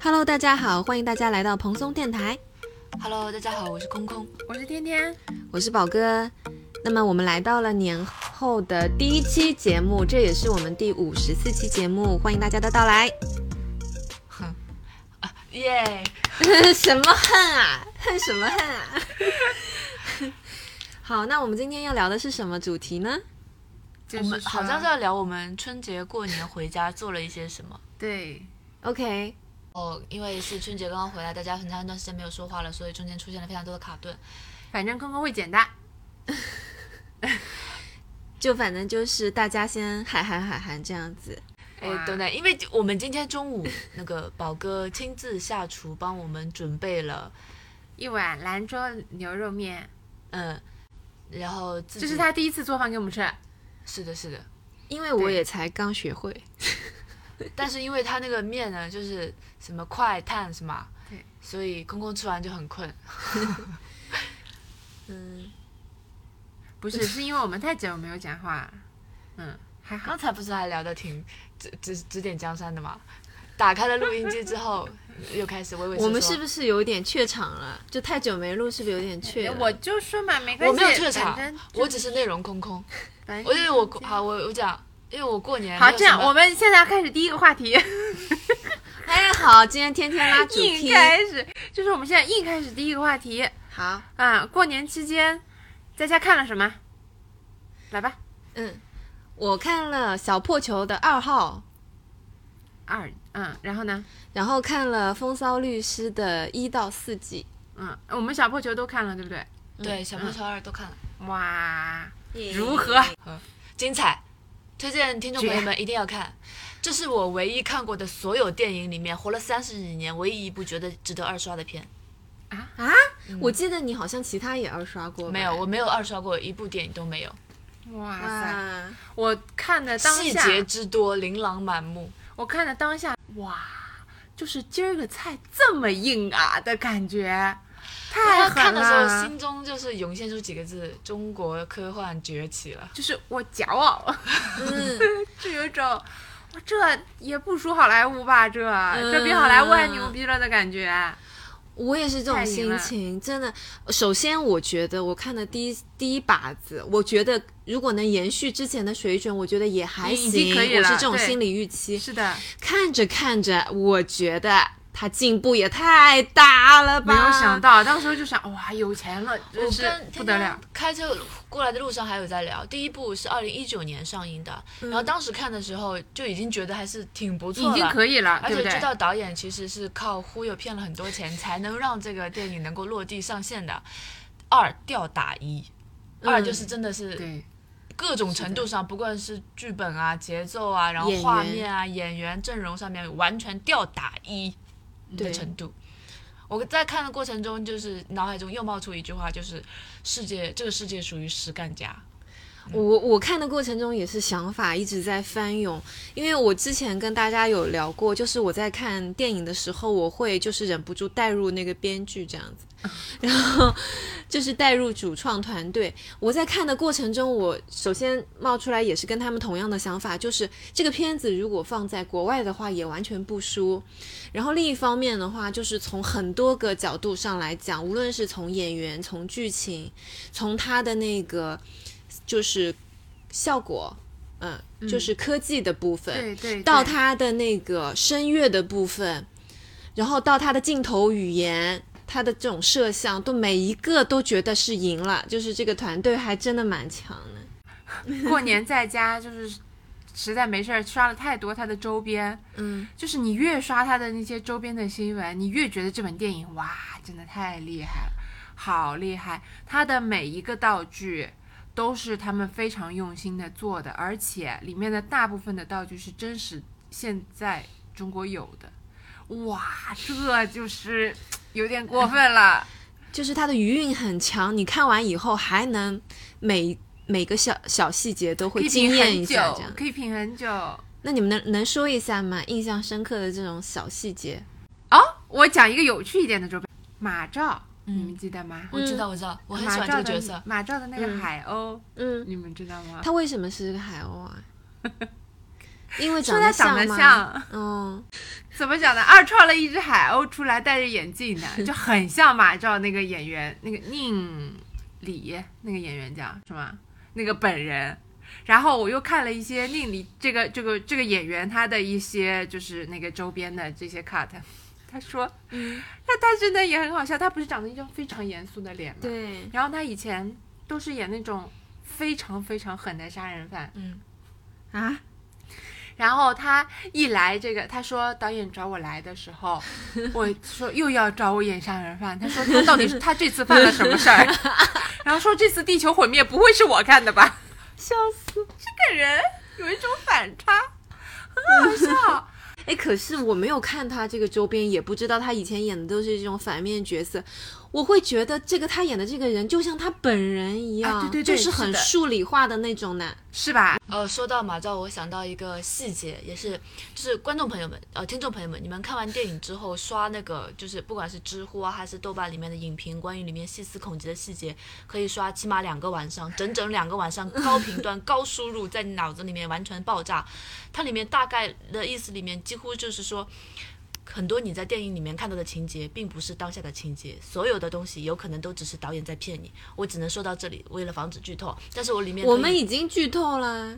Hello，大家好，欢迎大家来到蓬松电台， Hello，大家好，我是空空。我是天天，我是宝哥。那么我们来到了年后的第一期节目，这也是我们第五十四期节目，欢迎大家的到来。 耶、什么恨啊，恨什么恨啊？ 好，那我们今天要聊的是什么主题呢？就我们说好像是要聊我们春节过年回家做了一些什么。对 OK，哦，因为是春节刚刚回来，大家很长一段时间没有说话了，所以中间出现了非常多的卡顿。反正空空会剪的。就反正就是大家先海涵海涵这样子。哎哇，等等，因为我们今天中午那个宝哥亲自下厨帮我们准备了，一碗兰州牛肉面，嗯，然后自己这是他第一次做饭给我们吃。是的，是的，因为我也才刚学会，但是因为他那个面呢，就是什么快碳什么，对，所以空空吃完就很困。嗯，不 是，是因为我们太久没有讲话。嗯，还好。刚才不是还聊得挺指指指点江山的吗？打开了录音机之后，又开始畏畏缩缩。我们是不是有点怯场了？就太久没录，是不是有点怯了？哎我就说嘛，没关系，我没有退场反正，我只是内容空空。反正我因为 我好，我我讲，因为我过年好没有这样，什么我们现在要开始第一个话题，哎好，今天天天拉主硬题，开始，就是我们现在硬开始第一个话题好，啊。过年期间在家看了什么？来吧，嗯，我看了小破球的二号，二嗯，然后呢？然后看了风骚律师的一到四季，嗯，我们小破球都看了，对不对？对小嗯破球二都看了，哇，如何？精彩，推荐听众朋友们一定要看。这是我唯一看过的所有电影里面，活了三十几年唯一一部觉得值得二刷的片。啊？我记得你好像其他也二刷过吧，没 有，我没有二刷过一部电影都没有，哇塞！哇，我看的当细下，节之多，琳琅满目。我看的当下，哇，就是今儿个菜这么硬啊的感觉，太他狠看的时候，了，心中就是涌现出几个字：中国科幻崛起了。就是我骄傲，嗯， 就有一种，哇，这也不输好莱坞吧，这、嗯这比好莱坞还牛逼了的感觉。我也是这种太赢心了情，真的。首先，我觉得我看的第一第一把子，我觉得如果能延续之前的水准，我觉得也还已行。经可以我了是这种对心理预期。是的，看着看着，我觉得他进步也太大了吧！没有想到，当时就想，哇，有钱了，我真是跟不得了。！开车过来的路上还有在聊，第一部是二零一九年上映的，然后当时看的时候就已经觉得还是挺不错嗯已了，经可以了，而对不且对知？道导演其实是靠忽悠骗了很多钱，才能让这个电影能够落地上线的。二吊打一，嗯二就是真的是对，各种程度上，不管是剧本啊、节奏啊，然后演员画面啊、演员阵容上面，完全吊打一的程度。我在看的过程中，就是脑海中又冒出一句话，就是世界这个世界属于实干家。我我看的过程中也是想法一直在翻涌，因为我之前跟大家有聊过，就是我在看电影的时候，我会就是忍不住带入那个编剧这样子，然后就是带入主创团队。我在看的过程中，我首先冒出来也是跟他们同样的想法，就是这个片子如果放在国外的话，也完全不输。然后另一方面的话，就是从很多个角度上来讲，无论是从演员、从剧情、从他的那个就是效果，嗯，就是科技的部分，对对，到对他的那个声乐的部分，然后到他的镜头语言，他的这种摄像，都每一个都觉得是赢了，就是这个团队还真的蛮强的。过年在家就是实在没事儿，刷了太多他的周边，嗯，就是你越刷他的那些周边的新闻，你越觉得这本电影哇，真的太厉害了，好厉害！他的每一个道具都是他们非常用心的做的，而且里面的大部分的道具是真实现在中国有的，哇，这就是有点过分哎了。就是他的余韵很强，你看完以后还能每每个小小细节都可会以惊品艳很一久下，这样，。可以品很久。哦那你们能能说一下吗？印象深刻的这种小细节？哦，我讲一个有趣一点的周边，马照，你们记得吗？嗯我知道，我知道，我很喜欢马嗯照这的个角色。马照的那个海鸥，嗯，你们知道吗？ 他为什么是个海鸥啊？因为说长他得长得吗？像，嗯，怎么讲呢？二创了一只海鸥出来，戴着眼镜的， 就很像马照那个演员，那个宁理那个演员叫什么？那个本人。然后我又看了一些宁理这个这个这个演员他的一些就是那个周边的这些 cut，他说，嗯那他真的也很好笑，他不是长得一张非常严肃的脸吗？对，然后他以前都是演那种非常非常狠的杀人犯，嗯啊。然后他一来这个，他说导演找我来的 时候，我说又要找我演杀人犯，他说他到底是他这次犯了什么事儿？ 然后说这次地球毁灭不会是我干的吧？ 笑死。这个人有一种反差，很 好笑。哎，可是我没有看他这个周边，也不知道他以前演的都是这种反面角色。我会觉得这个他演的这个人就像他本人一样，啊对对对就是很是的数理化的那种男。是吧？呃，说到马照，我想到一个细节，也是就是观众朋友们，呃，听众朋友们，你们看完电影之后刷那个，就是不管是知乎啊，还是豆瓣里面的影评，关于里面细思恐极的细节，可以刷起码两个晚上，整整两个晚上，高频 段、高输入，在你脑子里面完全爆炸。它里面大概的意思里面，几乎就是说。很多你在电影里面看到的情节，并不是当下的情节，所有的东西有可能都只是导演在骗你。我只能说到这里，为了防止剧透。但是我里面我可以们已经剧透啦，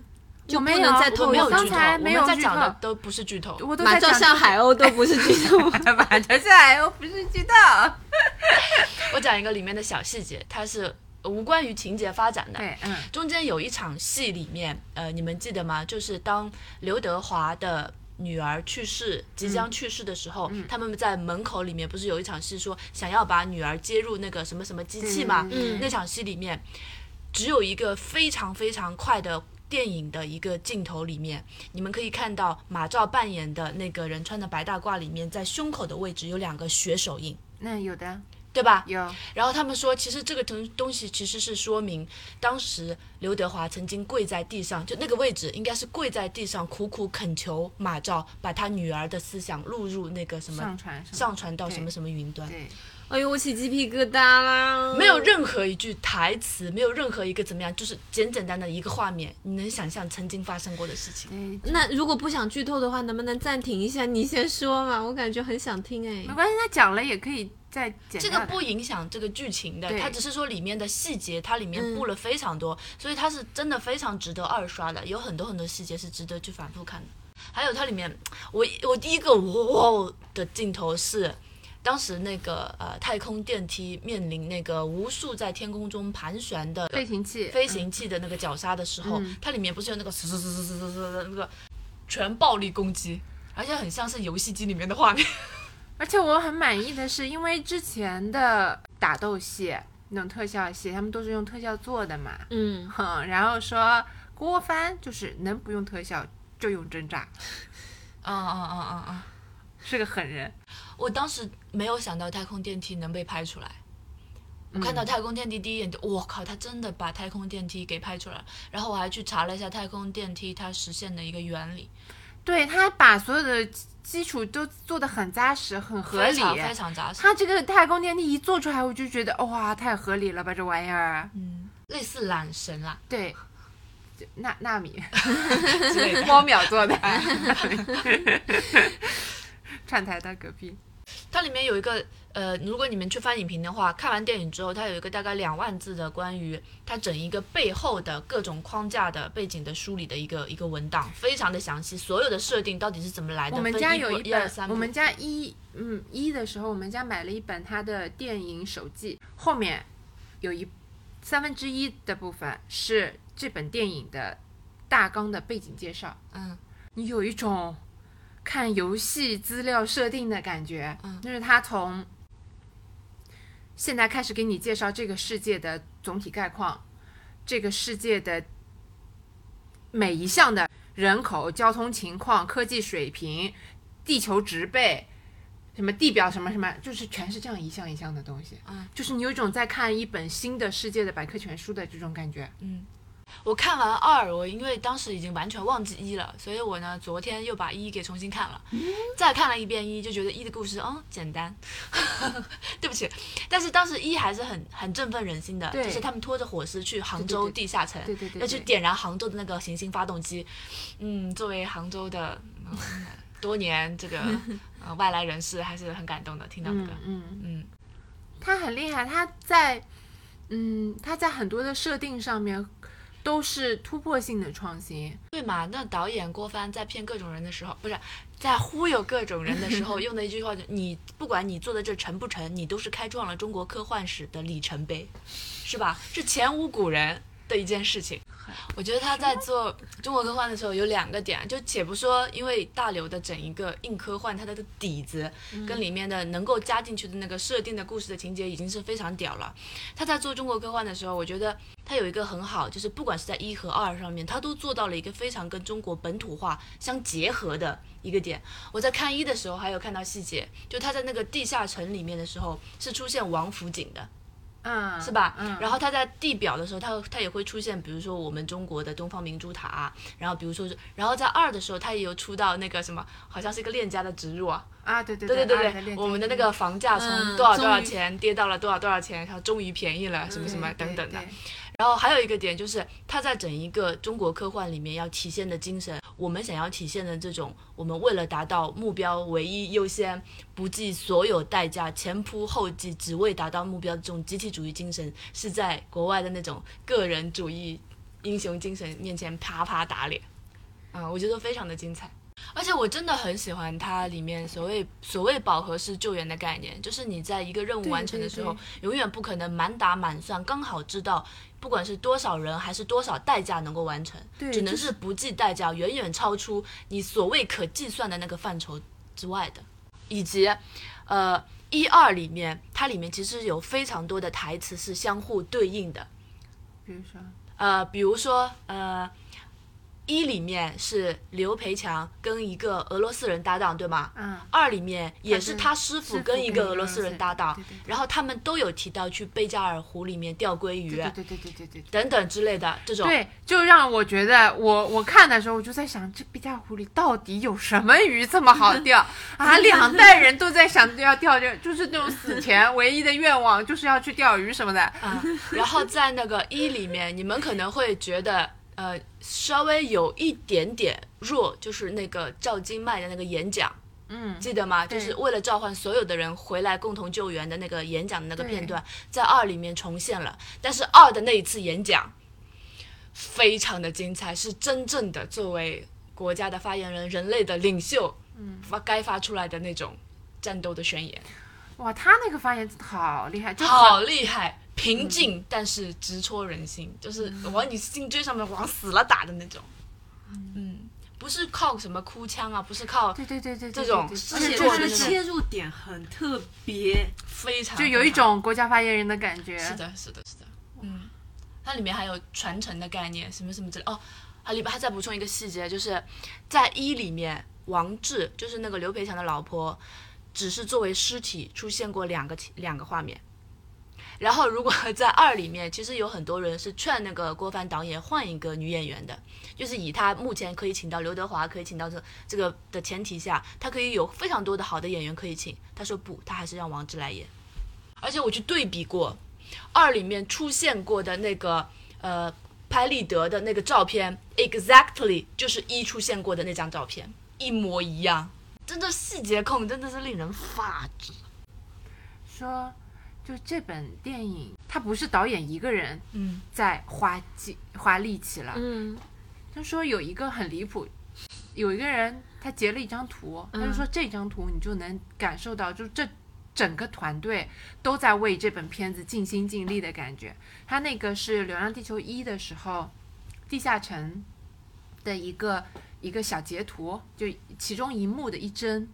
就我不没能有再我透没有露剧刚透，才我没们有在剧讲透的都不是剧透。我都马在照讲像海鸥都不是剧透。 马照像海鸥不是 知道。我讲一个里面的小细节，它是无关于情节发展的。对，嗯，中间有一场戏里面，呃，你们记得吗？就是当刘德华的女儿去世，即将去世的时候，他们在门口里面不是有一场戏说想要把女儿接入那个什么什么机器嘛？对对对那场戏里面只有一个非常非常快的。电影的一个镜头里面，你们可以看到马照扮演的那个人穿的白大褂里面，在胸口的位置有两个血手印，那有的对吧？有，然后他们说，其实这个东东西其实是说明当时刘德华曾经跪在地上，就那个位置应该是跪在地上苦苦恳求马照把他女儿的思想录入那个什么上传上上传到什么什么云端，对，哎呦，我起鸡皮疙瘩啦！没有任何一句台词，没有任何一个怎么样，就是简简单单的一个画面，你能想象曾经发生过的事情。对，那如果不想剧透的话，能不能暂停一下？你先说嘛，我感觉很想听哎没。关系，他讲了也可以再剪这掉个的。不影响这个剧情的对，它只是说里面的细节，它里面嗯布了非常多，所以它是真的非常值得二刷的，有很多很多细节是值得去反复看的。还有它里面，我我第一个哇哦的镜头是，当时那个呃太空电梯面临那个无数在天空中盘旋的飞行器，飞行器的那个绞杀的时候，它里面不是有那个嘶嘶嘶嘶嘶嘶嘶的那个全暴力攻击，而且很像是游戏机里面的画面。嗯而且我很满意的是，因为之前的打斗戏那种特效戏，他们都是用特效做的嘛， 嗯，哼，然后说郭帆就是能不用特效就用真炸，嗯嗯嗯嗯嗯。是个狠人。我当时没有想到太空电梯能被拍出来。嗯我看到太空电梯第一眼就，我靠，他真的把太空电梯给拍出来了。然后我还去查了一下太空电梯它实现的一个原理，对他把所有的基础都做得很扎实，很合非理。常非常扎 实。他这个太空电梯一做出来，我就觉得哇，太合理了吧，这玩意儿。嗯，类似缆绳啊啦对，就纳纳米。之类的。猫秒做的，串台到隔壁。 它里面有一个呃，如果你们去翻影评的话，看完电影之后，它有一个大概两万字的关于它整一个背后的各种框架的背景的梳理的一个一个文档，非常的详细，所有的设定到底是怎么来的。我们分家一有部一一二本三，部我们家一嗯一的时候，我们家买了一本他的电影手记，后面有一三分之一的部分是这本电影的大纲的背景介绍。嗯，你有一种看游戏资料设定的感觉，嗯就是他从现在开始给你介绍这个世界的总体概况，这个世界的每一项的人口、交通情况、科技水平、地球植被。什么地表什么什么，就是全是这样一项一项的东西，嗯，就是你有一种在看一本新的世界的百科全书的这种感觉，我看完二，我因为当时已经完全忘记一了，所以我呢昨天又把一给重新看了，嗯再看了一遍一，就觉得一的故事嗯简单， 对不起，但是当时一还是很很振奋人心的，对就是他们拖着火尸去杭对州对地下城，对对对要去对点燃杭州的那个行星发动机，嗯，作为杭州的、嗯、多年 这个呃外来人士，还是很感动的，听到这嗯个，嗯，嗯他很厉害，他在嗯他在很多的设定上面都是突破性的创新，对嘛？那导演郭帆在骗各种人的时候，不是在忽悠各种人的时候，用的一句话就：你不管你做的这成不成，你都是开创了中国科幻史的里程碑，是吧？是前无古人的一件事情。我觉得他在做中国科幻的时候有两个点，就且不说因为大刘的整一个硬科幻，它的底子跟里面的能够加进去的那个设定的故事的情节已经是非常屌了。他在做中国科幻的时候，我觉得他有一个很好，就是不管是在一和二上面，他都做到了一个非常跟中国本土化相结合的一个点。我在看一的时候还有看到细节，就他在那个地下城里面的时候是出现王府井的，嗯，是吧？嗯，然后它在地表的时候，它它也会出现，比如说我们中国的东方明珠塔，啊然后比如说是，然后在二的时候，它也有出到那个什么，好像是一个链家的植入啊，啊对对对对对对对，我们的那个房价从嗯多少终多少于钱跌到了多少多少钱，然后终于便宜了，什么什么对等嗯对等的。对然后还有一个点就是，它在整一个中国科幻里面要体现的精神，我们想要体现的这种，我们为了达到目标唯一优先，不计所有代价，前仆后继，只为达到目标，这种集体主义精神，是在国外的那种个人主义英雄精神面前啪啪打脸。啊，我觉得非常的精彩。而且我真的很喜欢它里面所谓所谓饱和式救援的概念，就是你在一个任务对完成的对时候，对永远不可能满打满算，刚好知道不管是多少人还是多少代价能够完成，对只能就是是不计代价，远远超出你所谓可计算的那个范畴之外的，以及，呃，一二里面它里面其实有非常多的台词是相互对应的，比如说呃，比如说，呃，一里面是刘培强跟一个俄罗斯人搭档，对吗？嗯。二里面也是跟他师傅师跟傅一跟个一个俄罗俄罗斯斯人人搭档对对，然后他们都有提到去贝加尔湖里面钓鲑鱼啊对对对对对对对。等等之类的这种。对，就让我觉得我我看的时候，我就在想，这毕加湖里到底有什么鱼这么好 钓啊？两代人都在想着要钓这，就是那种死前唯一的愿望就是要去钓鱼什么的。啊，然后在那个一里面，你们可能会觉得，呃，稍微有一点点弱，就是那个赵今麦的那个演讲，嗯，记得吗？就对是为了召唤所有的人回来共同救援的那个演讲的那个对片段，在二里面重现了。但是二的那一次演讲非常的精彩，是真正的作为国家的发言人、人类的领袖，嗯，发该发出来的那种战斗的宣 言，哇，他那个发言真的好厉害，就好厉害。平静，但是直戳人心，就是嗯往你心椎上面往死了打的那种。嗯，不是靠什么哭腔啊，不是靠对对对对，对这种对是对而写且作他对的的对对是切入点很特别，非常，就有一非常种国家发言人的感觉。是的，是的，是的，嗯，它里面还有传承的概念，什么什么之类。哦，它里面还再补充一个细节，就是在一里面，王志就是那个刘培强的老婆，只是作为尸体出现过两个两个画面。然后，如果在二里面，其实有很多人是劝那个郭帆导演换一个女演员的，就是以他目前可以请到刘德华，可以请到这这个的前提下，他可以有非常多的好的演员可以请。他说不，他还是让王志来演。而且我去对比过，二里面出现过的那个呃拍立得的那个照片，exactly 就是一出现过的那张照片，一模一样。真的细节控真的是令人发指。说，就这本电影，它不是导演一个人嗯，在花计花力气了，嗯，他说有一个很离谱，有一个人他截了一张图，他就说这张图你就能感受到，就这整个团队都在为这本片子尽心尽力的感觉。他那个是《流浪地球一》的时候，地下城的一个一个小截图，就其中一幕的一帧。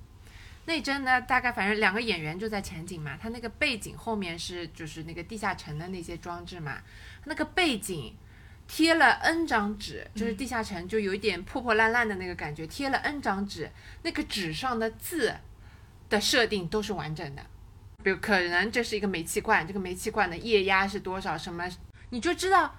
那帧呢，大概反正两个演员就在前景嘛，他那个背景后面是就是那个地下城的那些装置嘛，那个背景贴了 N 张纸，嗯就是地下城就有一点破破烂烂的那个感觉，贴了 N 张纸，那个纸上的字的设定都是完整的，比如可能这是一个煤气罐，这个煤气罐的液压是多少，什么你就知道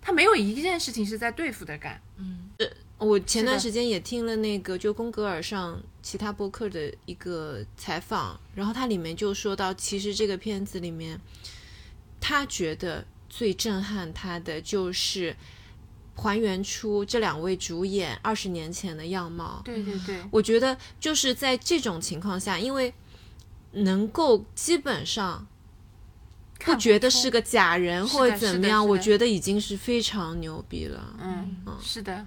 他没有一件事情是在对付的干。嗯，哦我前段是时间也听了那个就宫格尔上其他播客的一个采访，然后它里面就说到，其实这个片子里面，他觉得最震撼他的就是还原出这两位主演二十年前的样貌。对对对，我觉得就是在这种情况下，因为能够基本上不看觉出得是个假人是或者的是怎么的样，是我的觉得已经是非常牛逼了。嗯，哦是的，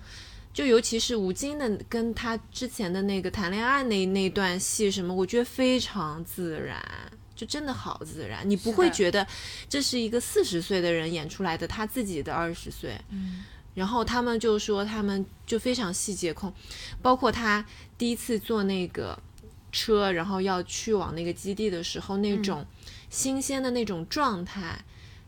就尤其是吴京的跟他之前的那个谈恋爱那那段戏什么，我觉得非常自然，就真的好自然，你不是会的觉得这是一个四十岁的人演出来的他自己的二十岁。嗯，然后他们就说他们就非常细节控，包括他第一次坐那个车，然后要去往那个基地的时候，嗯那种新鲜的那种状态，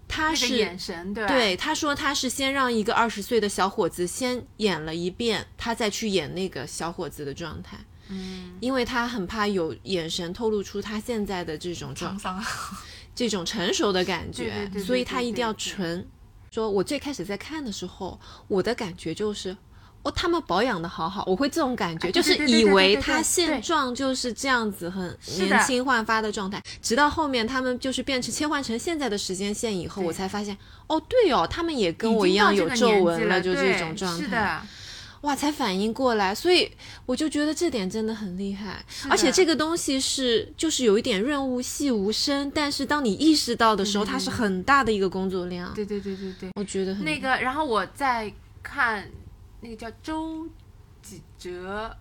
他那个是眼神，对吧？啊对，他说他是先让一个二十岁的小伙子先演了一遍，他再去演那个小伙子的状态，嗯，因为他很怕有眼神透露出他现在的这种沧状桑啊，这种成熟的感觉，对对对所以对对他一定要对对纯。说我最开始在看的时候，我的感觉就是。哦，他们保养的好好，我会这种感觉，哎就对是对对以对对为对他对现对状就是这样子，很是年的轻焕发的状态。直到后面他们就是变成切换成现在的时间线以后，对我才发现，哦，对哦，他们也跟我已一经到样有这个皱年纪纹了，就对这种状态。是的，哇，才反应过来，所以我就觉得这点真的很厉害。的而且这个东西是就是有一点润物细无声，但是当你意识到的时候，对对它是对很大的一个工作量。对对对对对。我觉得很那个，然后我在看那个叫周几哲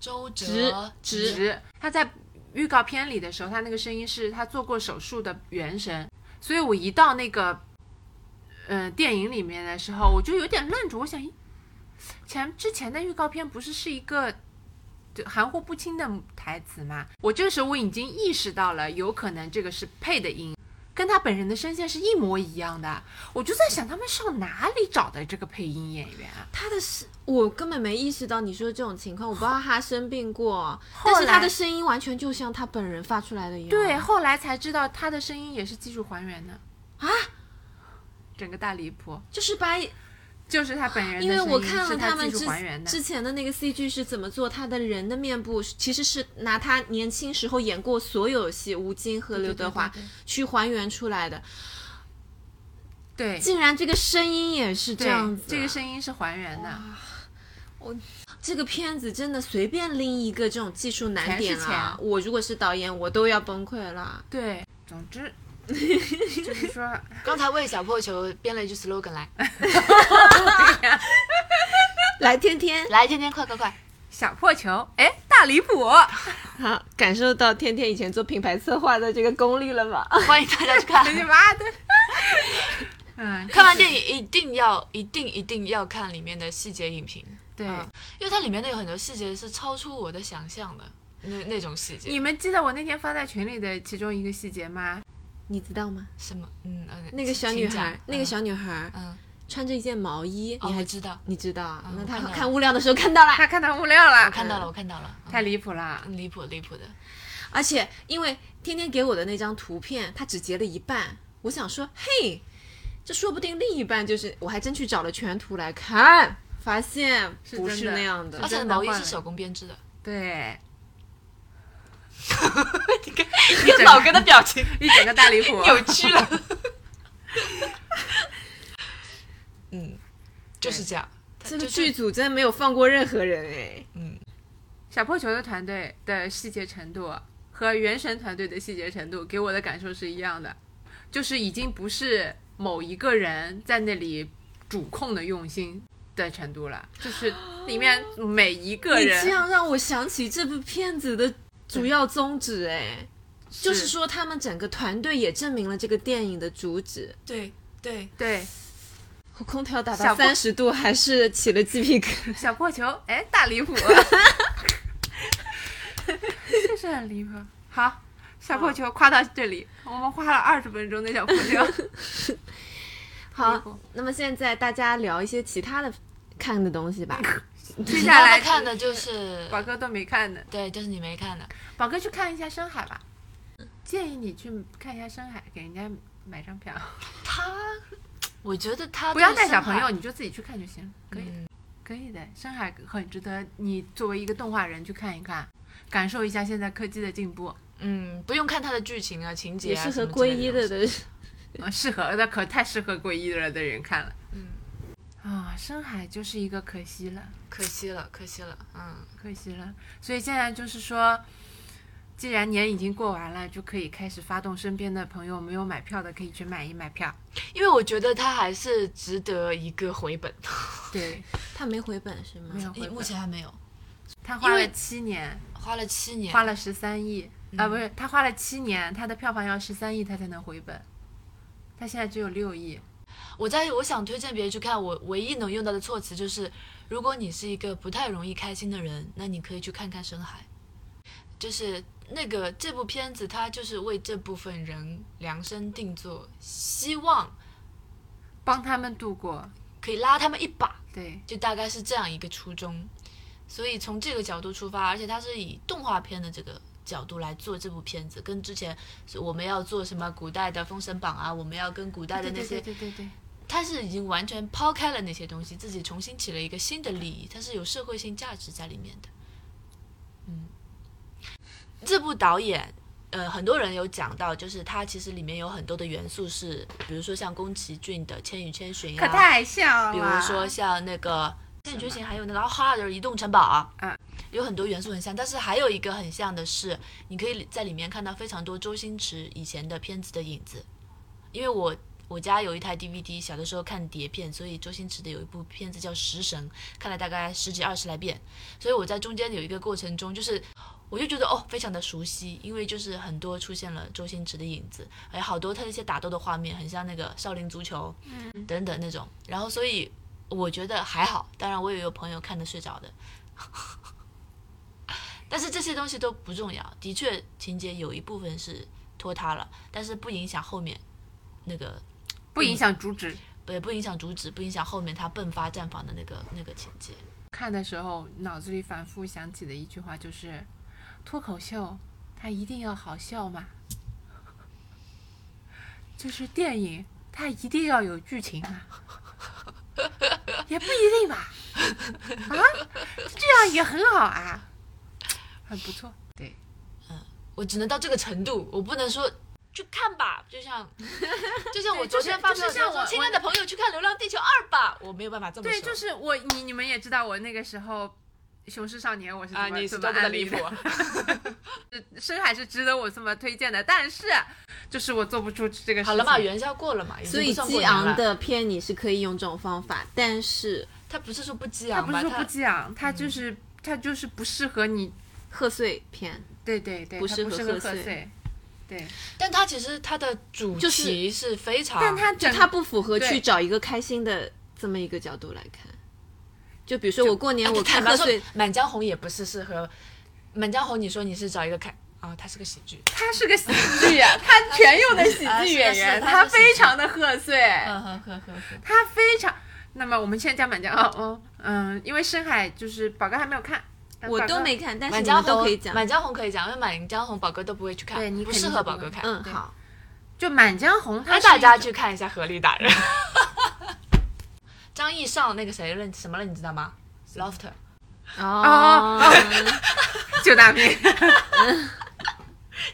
周直哲直直，他在预告片里的时候，他那个声音是他做过手术的原声，所以我一到那个呃电影里面的时候，我就有点愣住，我想咦前之前的预告片不是是一个。就含糊不清的台词嘛，我这个时候我已经意识到了，有可能这个是配的音，跟他本人的声线是一模一样的。我就在想，他们上哪里找的这个配音演员啊？他的声，我根本没意识到你说这种情况，我不知道他生病过，后但是他来的声音完全就像他本人发出来的一样。对，后来才知道他的声音也是技术还原的啊，整个大离谱，就是把，就是他本人的因为声音我看了是他们技之术还原的之，前的那个 CG 是怎么做，他的人的面部其实是拿他年轻时候演过所有戏，吴京和刘德华对对对去还原出来的。对竟然这个声音也是这对样子啊，啊这个声音是还原的，这个片子真的随便拎一个这种技术难点全是啊钱，我如果是导演，我都要崩溃了。对， 总之就是说，刚才为小破球编了一句 slogan 来，来，天天， 来，天天快快快，小破球，哎，大离谱，好，感受到天天以前做品牌策划的这个功力了吗？ 欢迎大家去看。你妈的， 嗯， 看完电影一定要一定一定要看里面的细节影评，对。啊嗯因为它里面的有很多细节是超出我的想象的，那那种细节。你们记得我那天发在群里的其中一个细节吗？你知道吗？什么？嗯嗯，那个小请女讲孩，那个小女孩嗯，嗯穿着一件毛衣，哦你，还我知道，你知道啊嗯？那我她看到看了物料的时候看到了，他看到物料了，我啊看到了，我看到了，嗯太离谱了。嗯离谱离谱的，而且因为天天给我的那张图片，他只截了一半，我想说，嘿，这说不定另一半就是，我还真去找了全图来看，发现是不真是的啊那样的是而真。且的毛衣换是了手工编织的。 对，你看，你看老哥的表情一整个大离 谱。扭曲了。 嗯，就是这样。它这个就是剧组真的没有放过任何人哎，嗯，小破球的团队的细节程度和原神团队的细节程度给我的感受是一样的，就是已经不是某一个人在那里主控的用心的程度了，就是里面每一个你 人这样让我想起这部片子的主要宗旨哎，就是说他们整个团队也证明了这个电影的主旨。对对，对空调打到小布三十度还是起了鸡皮疙瘩。小破球，哎，大 离谱，就是很离谱。好，小破球夸到这里，我们花了二十分钟的小破 球。离好谱，那么现在大家聊一些其他的看的东西吧。接你下妈妈来呃看的就是，宝哥都没看呢，对，就是你没看的。宝哥去看一下深海吧，建议你去看一下深海，给人家买张票。他我觉得他不要哦对带小上朋海友，你就自己去看就行，可以的，嗯可以的。上海很值得你作为一个动画人去看一看，感受一下现在科技的进步，嗯，不用看他的剧情啊、情节也啊，适什合么之皈类依的的东西。的呃，适合那可太适合皈依了的人看了。嗯，啊、上海就是一个可惜了，可惜了，可惜了，嗯，可惜了。所以现在就是说，既然年已经过完了，就可以开始发动身边的朋友，没有买票的可以去买一买票。因为我觉得他还是值得一个回 本。对， 他没回本是吗？没有回目本。前还没有，他花了为七年，花了七年，嗯花了十三亿啊，不是，他花了七年，他的票房要十三亿，他才能回本。他现在只有六亿，我在我想推荐别人去看，我唯一能用到的措辞就是，如果你是一个不太容易开心的人，那你可以去看看《深海》，就是那个这部片子，它就是为这部分人量身定做，希望帮他们度过。可以拉他们一把，对，就大概是这样一个初衷。所以从这个角度出发，而且它是以动画片的这个角度来做这部片子，跟之前我们要做什么古代的《封神榜》啊，我们要跟古代的对那对些对对对对，他是已经完全抛开了那些东西，自己重新起了一个新的利益，它是有社会性价值在里面的。嗯，这部导演，呃，很多人有讲到，就是它其实里面有很多的元素是，比如说像宫崎骏的《千与千寻》可啊，太像了。比如说像那个《千与千寻》，还有那个《哦哈尔的移动城堡》啊，嗯有很多元素很像，但是还有一个很像的是，你可以在里面看到非常多周星驰以前的片子的影子，因为我我家有一台 DVD，小的时候看碟片，所以周星驰的有一部片子叫《食神》，看了大概十几二十来遍，所以我在中间有一个过程中，就是我就觉得哦，非常的熟悉，因为就是很多出现了周星驰的影子，还有好多他那些打斗的画面，很像那个《少林足球》等等那种，然后所以我觉得还好，当然我也有朋友看得睡着的。 但是这些东西都不重要，的确情节有一部分是拖沓了，但是不影响后面那个不影响主旨。也不影响主旨，不影响后面他迸发绽放的那个那个情节。看的时候，脑子里反复想起的一句话就是：脱口秀，它一定要好笑吗？ 就是电影，它一定要有剧情啊？ 也不一定吧？啊，这样也很好啊，很不错。对，我只能到这个程度，我不能说去看吧，就 像就像我对就昨是天发朋友就是像圈说，我亲爱的朋友去看《流浪地球二》吧，我没有办法这么说。对，就是我，你你们也知道，我那个时候。熊市少年，我是怎么、啊，你是怎多么么的安离利谱的。 深海是值得我这么推荐的，但是就是我做不出这个事情。好 了嘛，元宵过了嘛，已经所以不算过激年了昂的骗你是可以用这种方法，但是他不是说不激他昂不是吧，说不他嗯讲，他就是、他就是不适合你，贺岁片对对对，不他适不合适贺贺岁岁，对，但他其实他的主就是题是非常，但他整它不符合对去找一个开心的这么一个角度来看。就比如说我过年我坦看白贺说，岁《满江红》也不是适合，《满江红》你说你是找一个看啊，它是个喜剧，他是个喜剧呀、他全用的喜啊是剧的演是员，的他他是喜非剧嗯常的贺岁，嗯呵呵呵呵，他非常。那么我们现在讲满江哦哦嗯，因为深海就是宝哥还没有看，但我宝都哥没看，但《是满你江们红嗯都》可以讲。满江红》可以讲，因为《满江红》宝哥都不会去看，对你不肯定适是合不宝会哥看，嗯，对好，就满江红，他那大家去看一下《合理打人》。 张译上那个谁了什么了，你知道吗？Loft，哦救大 命，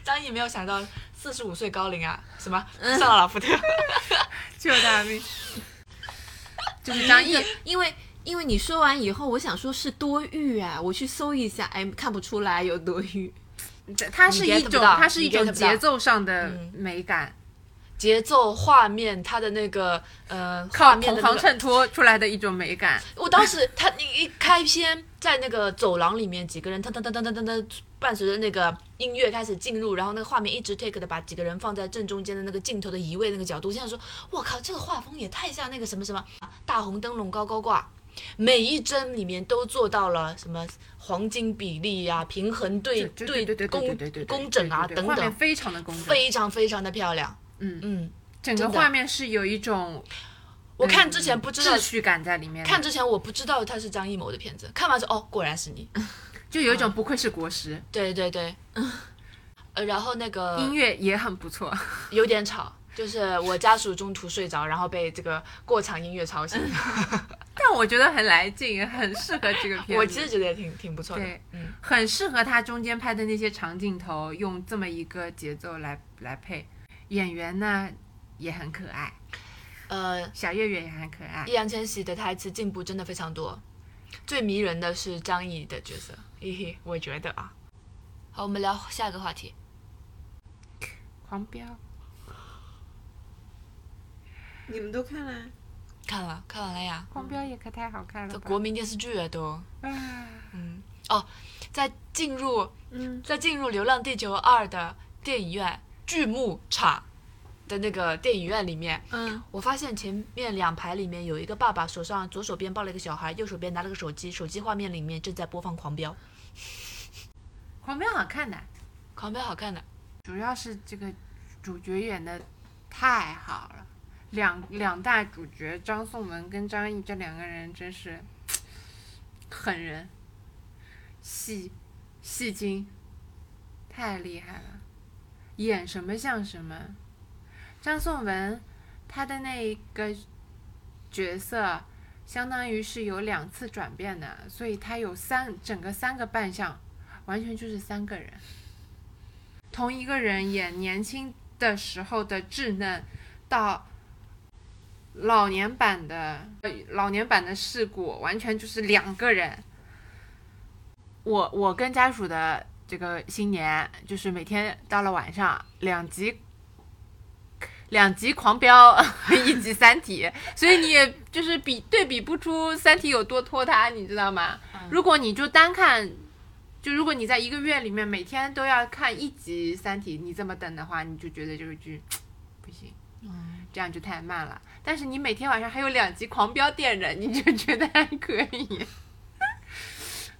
张译没有想到四十五岁高龄啊，什么嗯上了老福特，救大命，就是张译，因为因为你说完以后，我想说是多玉啊，我去搜一下，哎，看不出来有多玉。它是一 get 不种到它是你一 get 种不节到奏上的嗯美感， 节奏、画面，他的那个呃画靠面同的那行个衬托出来的一种美感。我当时他一一开篇，在那个走廊里面，几个人噔噔噔噔噔噔噔，伴随着那个音乐开始进入，然后那个画面一直 take 的把几个人放在正中间的那个镜头的移位那个角度，我现在说，我靠，这个画风也太像那个什么什么大红灯笼高高挂，每一帧里面都做到了什么黄金比例呀、平衡哎对对对对对对工对对，工整啊对对等画面等，非常的工整，非常非常的漂亮。嗯嗯，整个真的画面是有一种嗯我看之前不知道秩，序感在里面的，看之前我不知道它是张艺谋的片子，看完之后哦，果然是你。就有一嗯种不愧是国师， 对对对，呃，然后那个音乐也很不错， 有点吵，就是我家属中途睡着，然后被这个过场音乐吵醒。但我觉得很来劲，很适合这个片子。 我其实觉得也挺挺不错的对。嗯，很适合他中间拍的那些长镜头，用这么一个节奏来来配。演员呢也很可爱，呃，小岳岳也很可爱。易烊千玺的台词进步真的非常多，最迷人的是张译的角色，嘿嘿，我觉得啊。好，我们聊下一个话题。狂飙，你们都看啊啦？看了，看完了呀，狂飙也可太好看这了吧。国民电视剧啊都。啊嗯，哦，在进入嗯，在进入《流浪地球二》的电影院剧目场的那个电影院里面，嗯，我发现前面两排里面有一个爸爸手上左手边抱了一个小孩，右手边拿了个手机，手机画面里面正在播放《狂飙》，《狂飙好看的，狂飙》好看的，主要是这个主角演的太好了，两两大主角张颂文跟张译这两个人真是狠人，戏戏精，太厉害了，演什么像什么。张颂文他的那一个角色。相当于是有两次转变的，所以他有三整个三个扮相，完全就是三个人。同一个人演年轻的时候的稚嫩，到老年版的呃老年版的事故，完全就是两个人。我我跟家属的这个新年，就是每天到了晚上两集。两集狂飙， 一集三体，所以你也就是比对比不出三体有多拖沓，你知道吗？如果你就单看就如果你在一个月里面每天都要看一集《三体》，你这么等的话，你就觉得这个剧不行，嗯，这样就太慢了。但是你每天晚上还有两集《狂飙》电人，你就觉得还可以。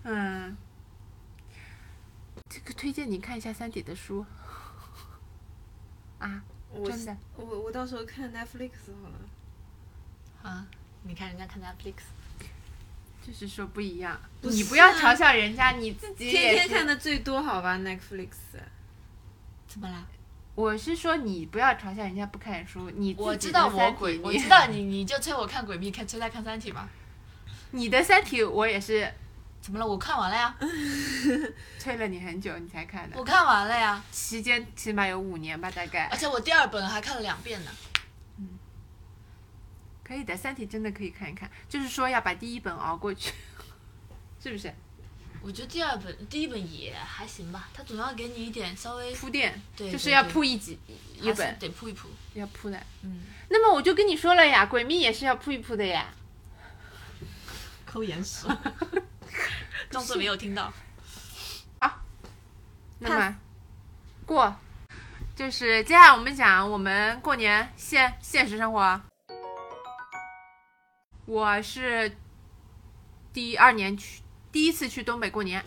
嗯，这个推荐你看一下《三体》的书 啊，我真的我我到时候看 Netflix 好了。啊，你看人家看 Netflix，就是说不一样。不你是不要啊嘲笑人家，你自己天也天是看的最多好吧？Netflix，怎么啦？我是说你不要嘲笑人家不看书，你自己我的知道魔三体鬼，我 你知道你，你就催我看鬼秘，看催他看三体嘛？ 你的《三体》我也是怎么了？我看完了呀，催了你很久，你才看的我。看完了呀，期间起码有五年吧，大概而。且我第二本还看了两遍呢。可以的，《三体》真的可以看一看，就是说要把第一本熬过去， 是不是？我觉得第二本、第一本也还行吧，它总要给你一点稍微铺垫，对就是对要对铺一集一还是本，得铺一铺。要铺的。嗯，那么我就跟你说了呀，《鬼秘》也是要铺一铺的呀。抠眼 屎，装作没有听到。那么过，就是接下来我们讲我们过年现现实生活。我是第二年去，第一次去东北过年，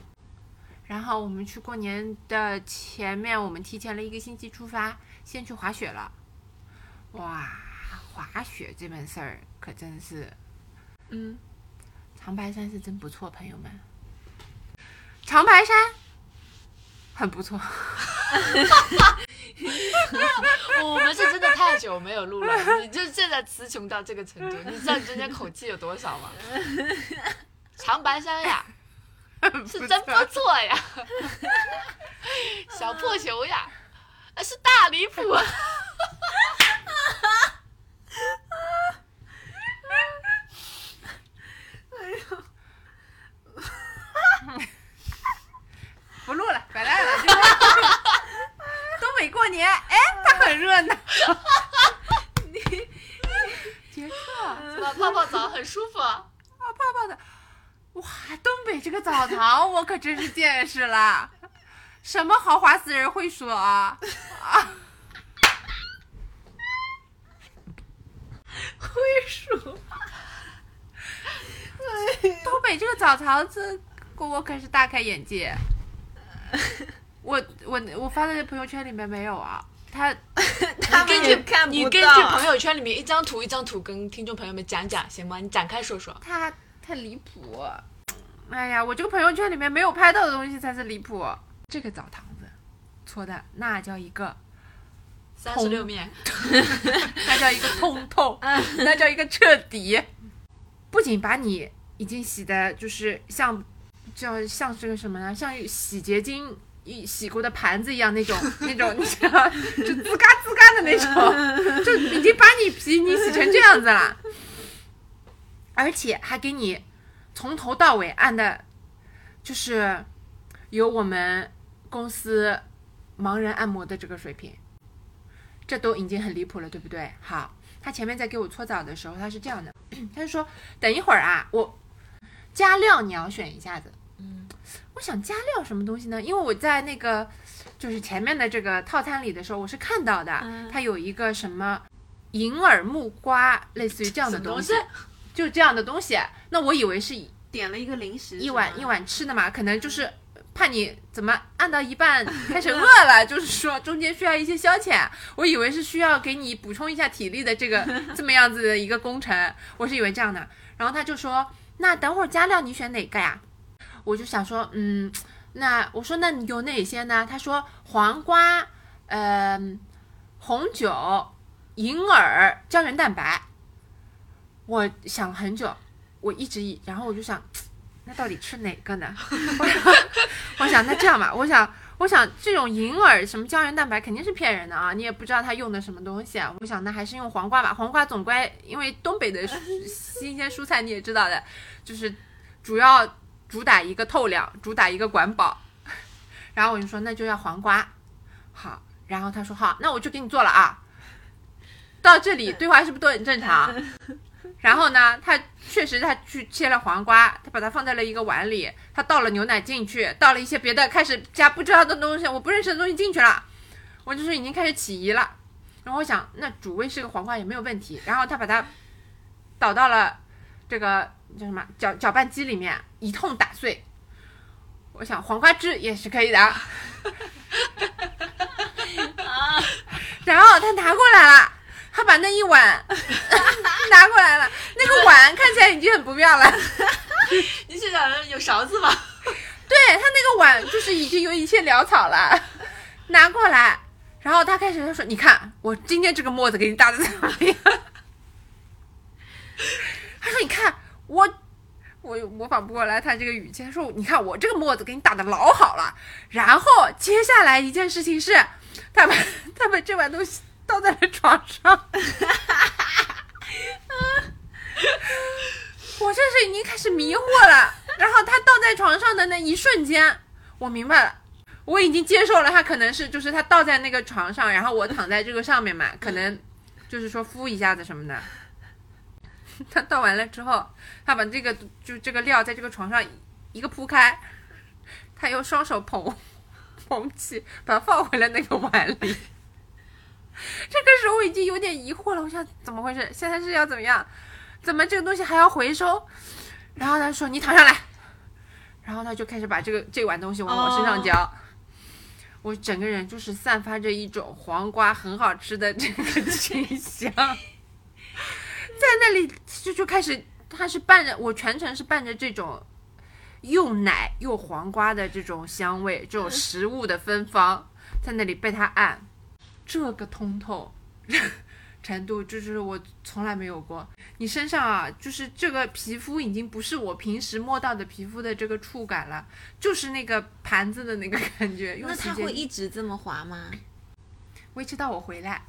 然后我们去过年的前面，我们提前了一个星期出发，先去滑雪了。哇，滑雪这门事儿可真是嗯，长白山是真不错，朋友们。长白山很不错， 我们是真的太久没有录了，你就现在词穷到这个程 度，你知道人家口气有多少吗？长白山 呀，是真不错呀，小破球呀，啊是大离谱啊！不录了，摆烂了。 东北过年，哎，它很热闹。杰克，怎么嗯泡泡澡很舒服啊？啊，泡泡的，哇，东北这个澡堂我可真是见识了，什么豪华私人会所啊？灰鼠， 东北这个澡堂子，我可是大开眼界。我我我发在朋友圈里面没有啊，他 他们也看你不根据到朋。友圈里面一张图一张图跟听众朋友们讲讲行吗？你展开说说。他太离谱。哎呀，我这个朋友圈里面没有拍到的东西才是离谱。这个澡堂子搓的那叫一个三十六面， 那叫一个通透，那叫一个彻底。不仅把你已经洗的，就是像叫像是个什么呢？像洗洁精一洗过的盘子一样那种那种，你知道，就滋嘎滋嘎的那种，就已经把你皮你洗成这样子了，而且还给你从头到尾按的，就是有我们公司盲人按摩的这个水平。这都已经很离谱了，对不对？好，他前面在给我搓澡的时候，他是这样的， 他就说等一会儿啊，我加料你要选一下子。嗯，我想加料什么东西呢？因为我在那个就是前面的这个套餐里的时候，我是看到的，嗯它有一个什么银耳木瓜，类似于这样的什么东西，就是这样的东西。那我以为是点了一个零食，一是碗吗一碗吃的嘛，可能就是怕你怎么按到 一半开始饿了，就是说中间需要一些消遣。我以为是需要给你补充一下体力的这个 这么样子的一个工程，我是以为这样的。然后他就说：“那等会儿加料你选哪个呀？”我就想说：“嗯，那我说那你有哪些呢？”他说：“黄瓜，嗯、红酒、银耳、胶原蛋白。”我想了很久，我一直以，然后我就想，那到底吃哪个呢？ 我想，我想那这样吧，我想，我想这种银耳什么胶原蛋白肯定是骗人的啊，你也不知道它用的什么东西、啊。我想那还是用黄瓜吧，黄瓜总归因为东北的蔬新鲜蔬菜你也知道的，就是主要主打一个透亮，主打一个管饱。然后我就说那就要黄瓜，好，然后他说好，那我就给你做了啊。到这里对话是不是都很正常？然后呢，他确实他去切了黄瓜，他把它放在了一个碗里，他倒了牛奶进去，倒了一些别的，开始加不知道的东西，我不认识的东西进去了，我就是已经开始起疑了。然后我想，那主味是个黄瓜也没有问题。然后他把它倒到了这个叫什么搅搅拌机里面，一通打碎。我想黄瓜汁也是可以的。然后他拿过来了，他把那一碗 拿过来了，那个碗看起来已经很不妙了。 你是想有勺子吗？ 对他那个碗就是已经有一些潦草了，拿过来，然后他开始就说：“你看，我今天这个沫子给你搭的怎么样？” 他说：“你看我。”我模仿不过来他这个语气，他说：“你看我这个沫子给你打的老好了。”然后接下来一件事情是，他把他把这碗东西倒在了床上。我这是已经开始迷惑了。然后他倒在床上的那一瞬间，我明白了，我已经接受了他可能是就是他倒在那个床上，然后我躺在这个上面嘛，可能就是说敷一下子什么的。 他倒完了之后，他把这个就这个料在这个床上一个铺开，他用双手捧捧起，把它放回了那个碗里。 这个时候我已经有点疑惑了，我想怎么回事？现在是要怎么样？怎么这个东西还要回收？然后他说你躺下来，然后他就开始把这个这碗东西往我身上浇。我整个人就是散发着一种黄瓜很好吃的这个 清香，在那里就就开始，他是伴着我全程是伴着这种又奶又黄瓜的这种香味，这种食物的芬芳，在那里被他按，这个通透程度，就是我从来没有过。你身上啊，就是这个皮肤已经不是我平时摸到的皮肤的这个触感了，就是那个盘子的那个感觉。用那洗它洁会精一直这么滑吗？维持到我回来。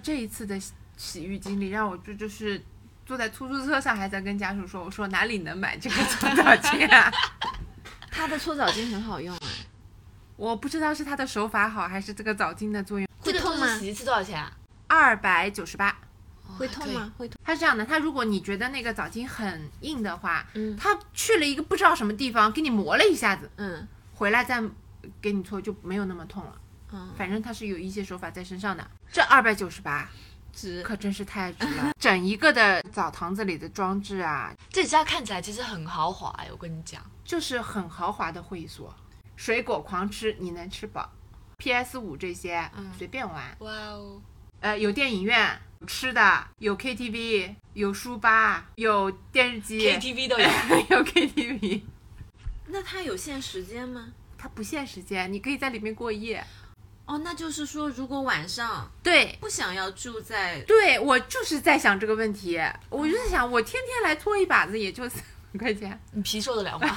这一次的洗洗浴经历让我就就是坐在出租车上，还在跟家属说，我说哪里能买这个搓澡巾啊？ 它的搓澡巾很好用啊，我不知道是他的手法好，还是这个澡巾的作用。会这个痛就是吗？洗一次多少钱啊？二百九十八， 会痛吗？会痛。它是这样的，它如果你觉得那个澡巾很硬的话，嗯它去了一个不知道什么地方，给你磨了一下子，嗯回来再给你搓就没有那么痛了。嗯，反正它是有一些手法在身上的，这二百九十八值。可真是太值了，整一个的澡堂子里的装置啊，这家看起来其实很豪华哎，我跟你讲，就是很豪华的会所，水果狂吃，你能吃饱。PS 五这些、嗯随便玩，哇哦，呃，有电影院，有吃的，有 KTV，有书吧，有电视机 KTV 都有， 有 KTV。那它有限时间吗？它不限时间，你可以在里面过夜。哦，那就是说，如果晚上对，不想要住在对我就是在想这个问题，我就在想，我天天来搓一把子也就三万块钱，你皮受得了吗？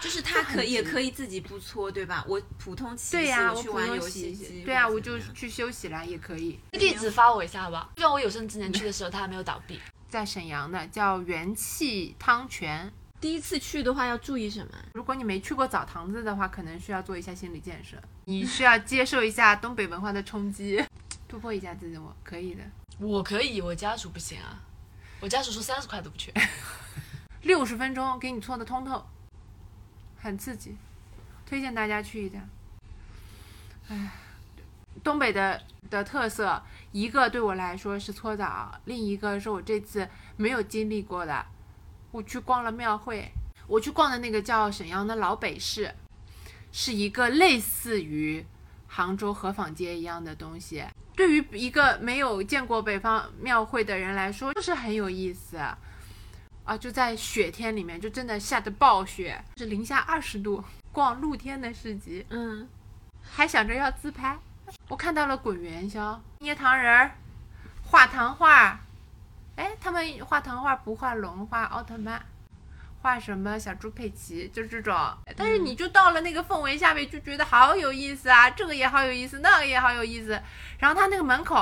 就是他这可很也值可以自己不搓，对吧？我普通骑对士，呀、我去不玩用游洗戏一洗机，对啊，或者我就怎么样去休息啦，也可以。地址发我一下好吧？虽然我有生之年去的时候它还没有倒闭，在沈阳的叫元气汤泉，第一次去的话要注意什么？如果你没去过澡堂子的话，可能需要做一下心理建设，你需要接受一下东北文化的冲击，突破一下自我，可以的。我可以，我家属不行啊。我家属说三十块都不去，六十分钟给你搓的通透，很刺激，推荐大家去一下。哎，东北的的特色，一个对我来说是搓澡，另一个是我这次没有经历过的，我去逛了庙会，我去逛的那个叫沈阳的老北市，是一个类似于杭州河坊街一样的东西。对于一个没有见过北方庙会的人来说，就是很有意思。啊，就在雪天里面，就真的下着暴雪，是零下二十度，逛露天的市集，嗯，还想着要自拍。我看到了滚元宵、捏糖人儿、画糖画，哎，他们画糖画不画龙，画奥特曼，画什么小猪佩奇，就这种。但是你就到了那个氛围下面，就觉得好有意思啊，这个也好有意思，那个也好有意思。然后他那个门口，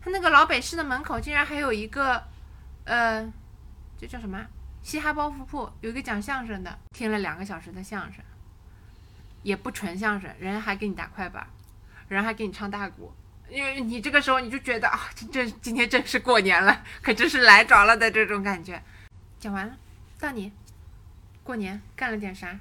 他那个老北市的门口竟然还有一个，呃，这叫什么啊嘻哈包袱铺，有一个讲相声的，听了两个小时的相声，也不纯相声，人还给你打快板，人还给你唱大鼓。因为你这个时候你就觉得啊，这这今天真是过年了，可真是来着了的这种感觉。讲完了，到你，过年干了点啥？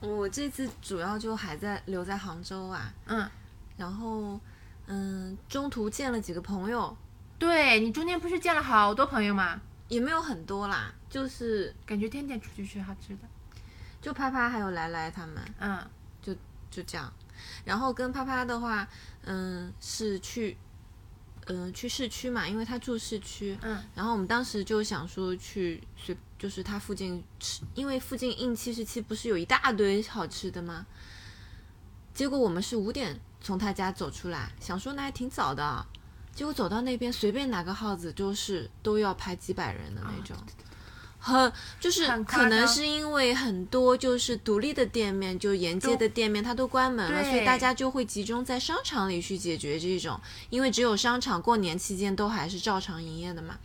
我这次主要就还在留在杭州啊，嗯，然后嗯，中途见了几个朋友，对你中间不是见了好多朋友吗？也没有很多啦，就是感觉天天出去吃好吃的。就啪啪还有来来他们嗯，就这样，然后跟啪啪的话，嗯，是去。嗯，去市区嘛，因为他住市区，嗯，然后我们当时就想说去随，就是他附近吃，因为附近印七十七不是有一大堆好吃的吗？结果我们是五点从他家走出来，想说那还挺早的啊，结果走到那边随便哪个号子就是都要排几百人的啊那种，很就是很夸可能张是因为很多就是独立的店面，就沿街的店面它都关门了，对所以大家就会集中在商场里去解决这种，因为只有商场过年期间都还是照常营业的嘛，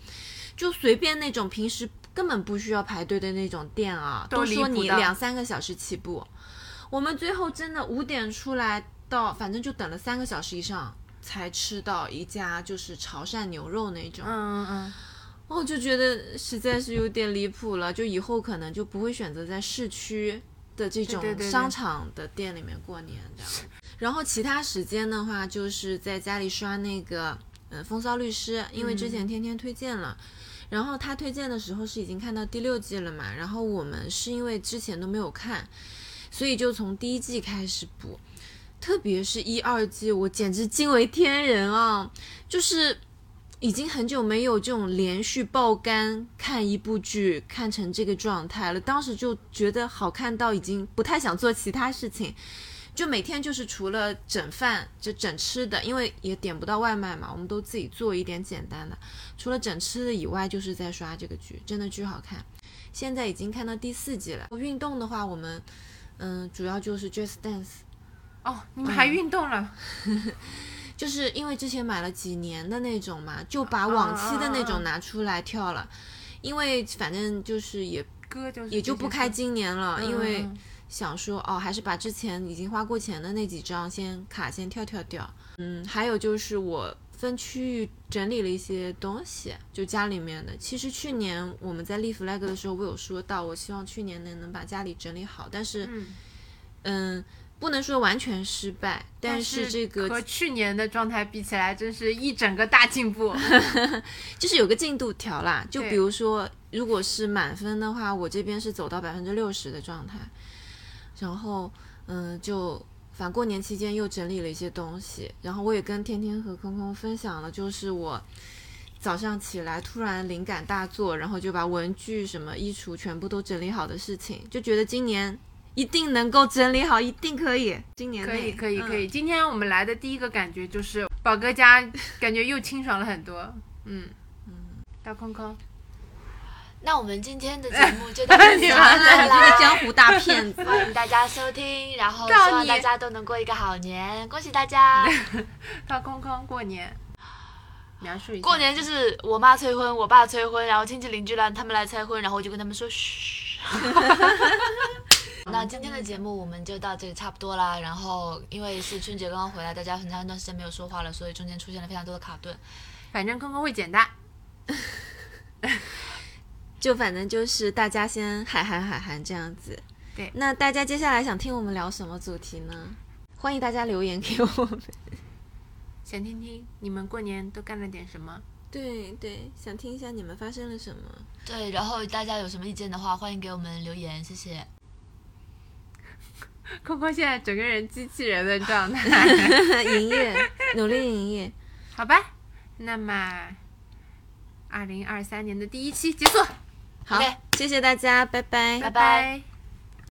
就随便那种平时根本不需要排队的那种店啊，都都离谱说的你两三个小时起步，我们最后真的五点出来到，反正就等了三个小时以上。才吃到一家就是潮汕牛肉那种，嗯嗯嗯，我哦就觉得实在是有点离谱了，就以后可能就不会选择在市区的这种对对对对商场的店里面过年这样。 然后其他时间的话，就是在家里刷那个呃《风骚律师》，因为之前嗯天天推荐了。然后他推荐的时候是已经看到第六季了嘛，然后我们是因为之前都没有看，所以就从第一季开始补，特别是一二季，我简直惊为天人啊！就是已经很久没有这种连续爆肝看一部剧看成这个状态了，当时就觉得好看到已经不太想做其他事情，就每天就是除了整饭就整吃的，因为也点不到外卖嘛，我们都自己做一点简单的，除了整吃的以外，就是在刷这个剧，真的巨好看。现在已经看到第四季了。运动的话，我们嗯、主要就是 Just Dance。哦，你们还嗯运动了？就是因为之前买了几年的那种嘛，就啊把往期的那种拿出来跳了，因为反正就是也哥就是也就不开今年了，这些歌，因为嗯嗯想说哦，还是把之前已经花过钱的那几张先卡先跳跳掉。嗯，还有就是我分区域整理了一些东西，就家里面的。其实去年我们在立 flag 的时候，我有说到，我希望去年能能把家里整理好，但是嗯嗯，不能说完全失败，但是这个和去年的状态比起来，真是一整个大进步。就是有个进度条啦，就对比如说，如果是满分的话，我这边是走到百分之六十的状态，然后嗯，就反过年期间又整理了一些东西，然后我也跟天天和空空分享了，就是我早上起来突然灵感大作，然后就把文具什么衣橱全部都整理好的事情，就觉得今年一定能够整理好，一定可以。今年可以内可以可，以。嗯 今天我们来的第一个感觉就是宝哥家感觉又清爽了很多，嗯嗯。大空空，那我们今天的节目就到这里 你了，妈完了，你这个江欢湖大骗子。迎大家收听，然后希到望你大家都能过一个好年，恭喜大家！大空空过年，描述一下过年就是我妈催婚，我爸催婚，然后亲戚邻居来他们来催婚，然后我就跟他们说 嘘。那今天的节目我们就到这里差不多啦。然后因为是春节刚刚回来，大家很长一段时间没有说话了，所以中间出现了非常多的卡顿。反正空空会剪的。就反正就是大家先喊喊喊喊这样子。对那大家接下来想听我们聊什么主题呢？欢迎大家留言给我们。想听听你们过年都干了点什么？对对，想听一下你们发生了什么。对，然后大家有什么意见的话，欢迎给我们留言，谢谢。空空现在整个人机器人的状态， 营业，努力营业。 好吧？那么，二零二三年的第一期结束，好 OK 谢谢大家，拜拜。拜拜